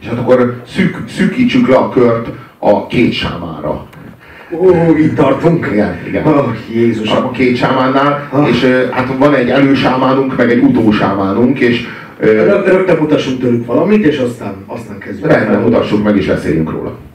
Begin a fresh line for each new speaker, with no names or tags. És hát akkor szűk, szűkítsük le a kört a két sámára.
Ó, itt tartunk.
Igen, igen.
Oh, Jézusom.
A két sámánnál, és ö, hát van egy elősámánunk, meg egy utósámánunk, és ö,
Rögtön mutassunk tőlük valamit, és aztán, aztán kezdjük.
rendben mutassuk meg, és beszéljünk róla.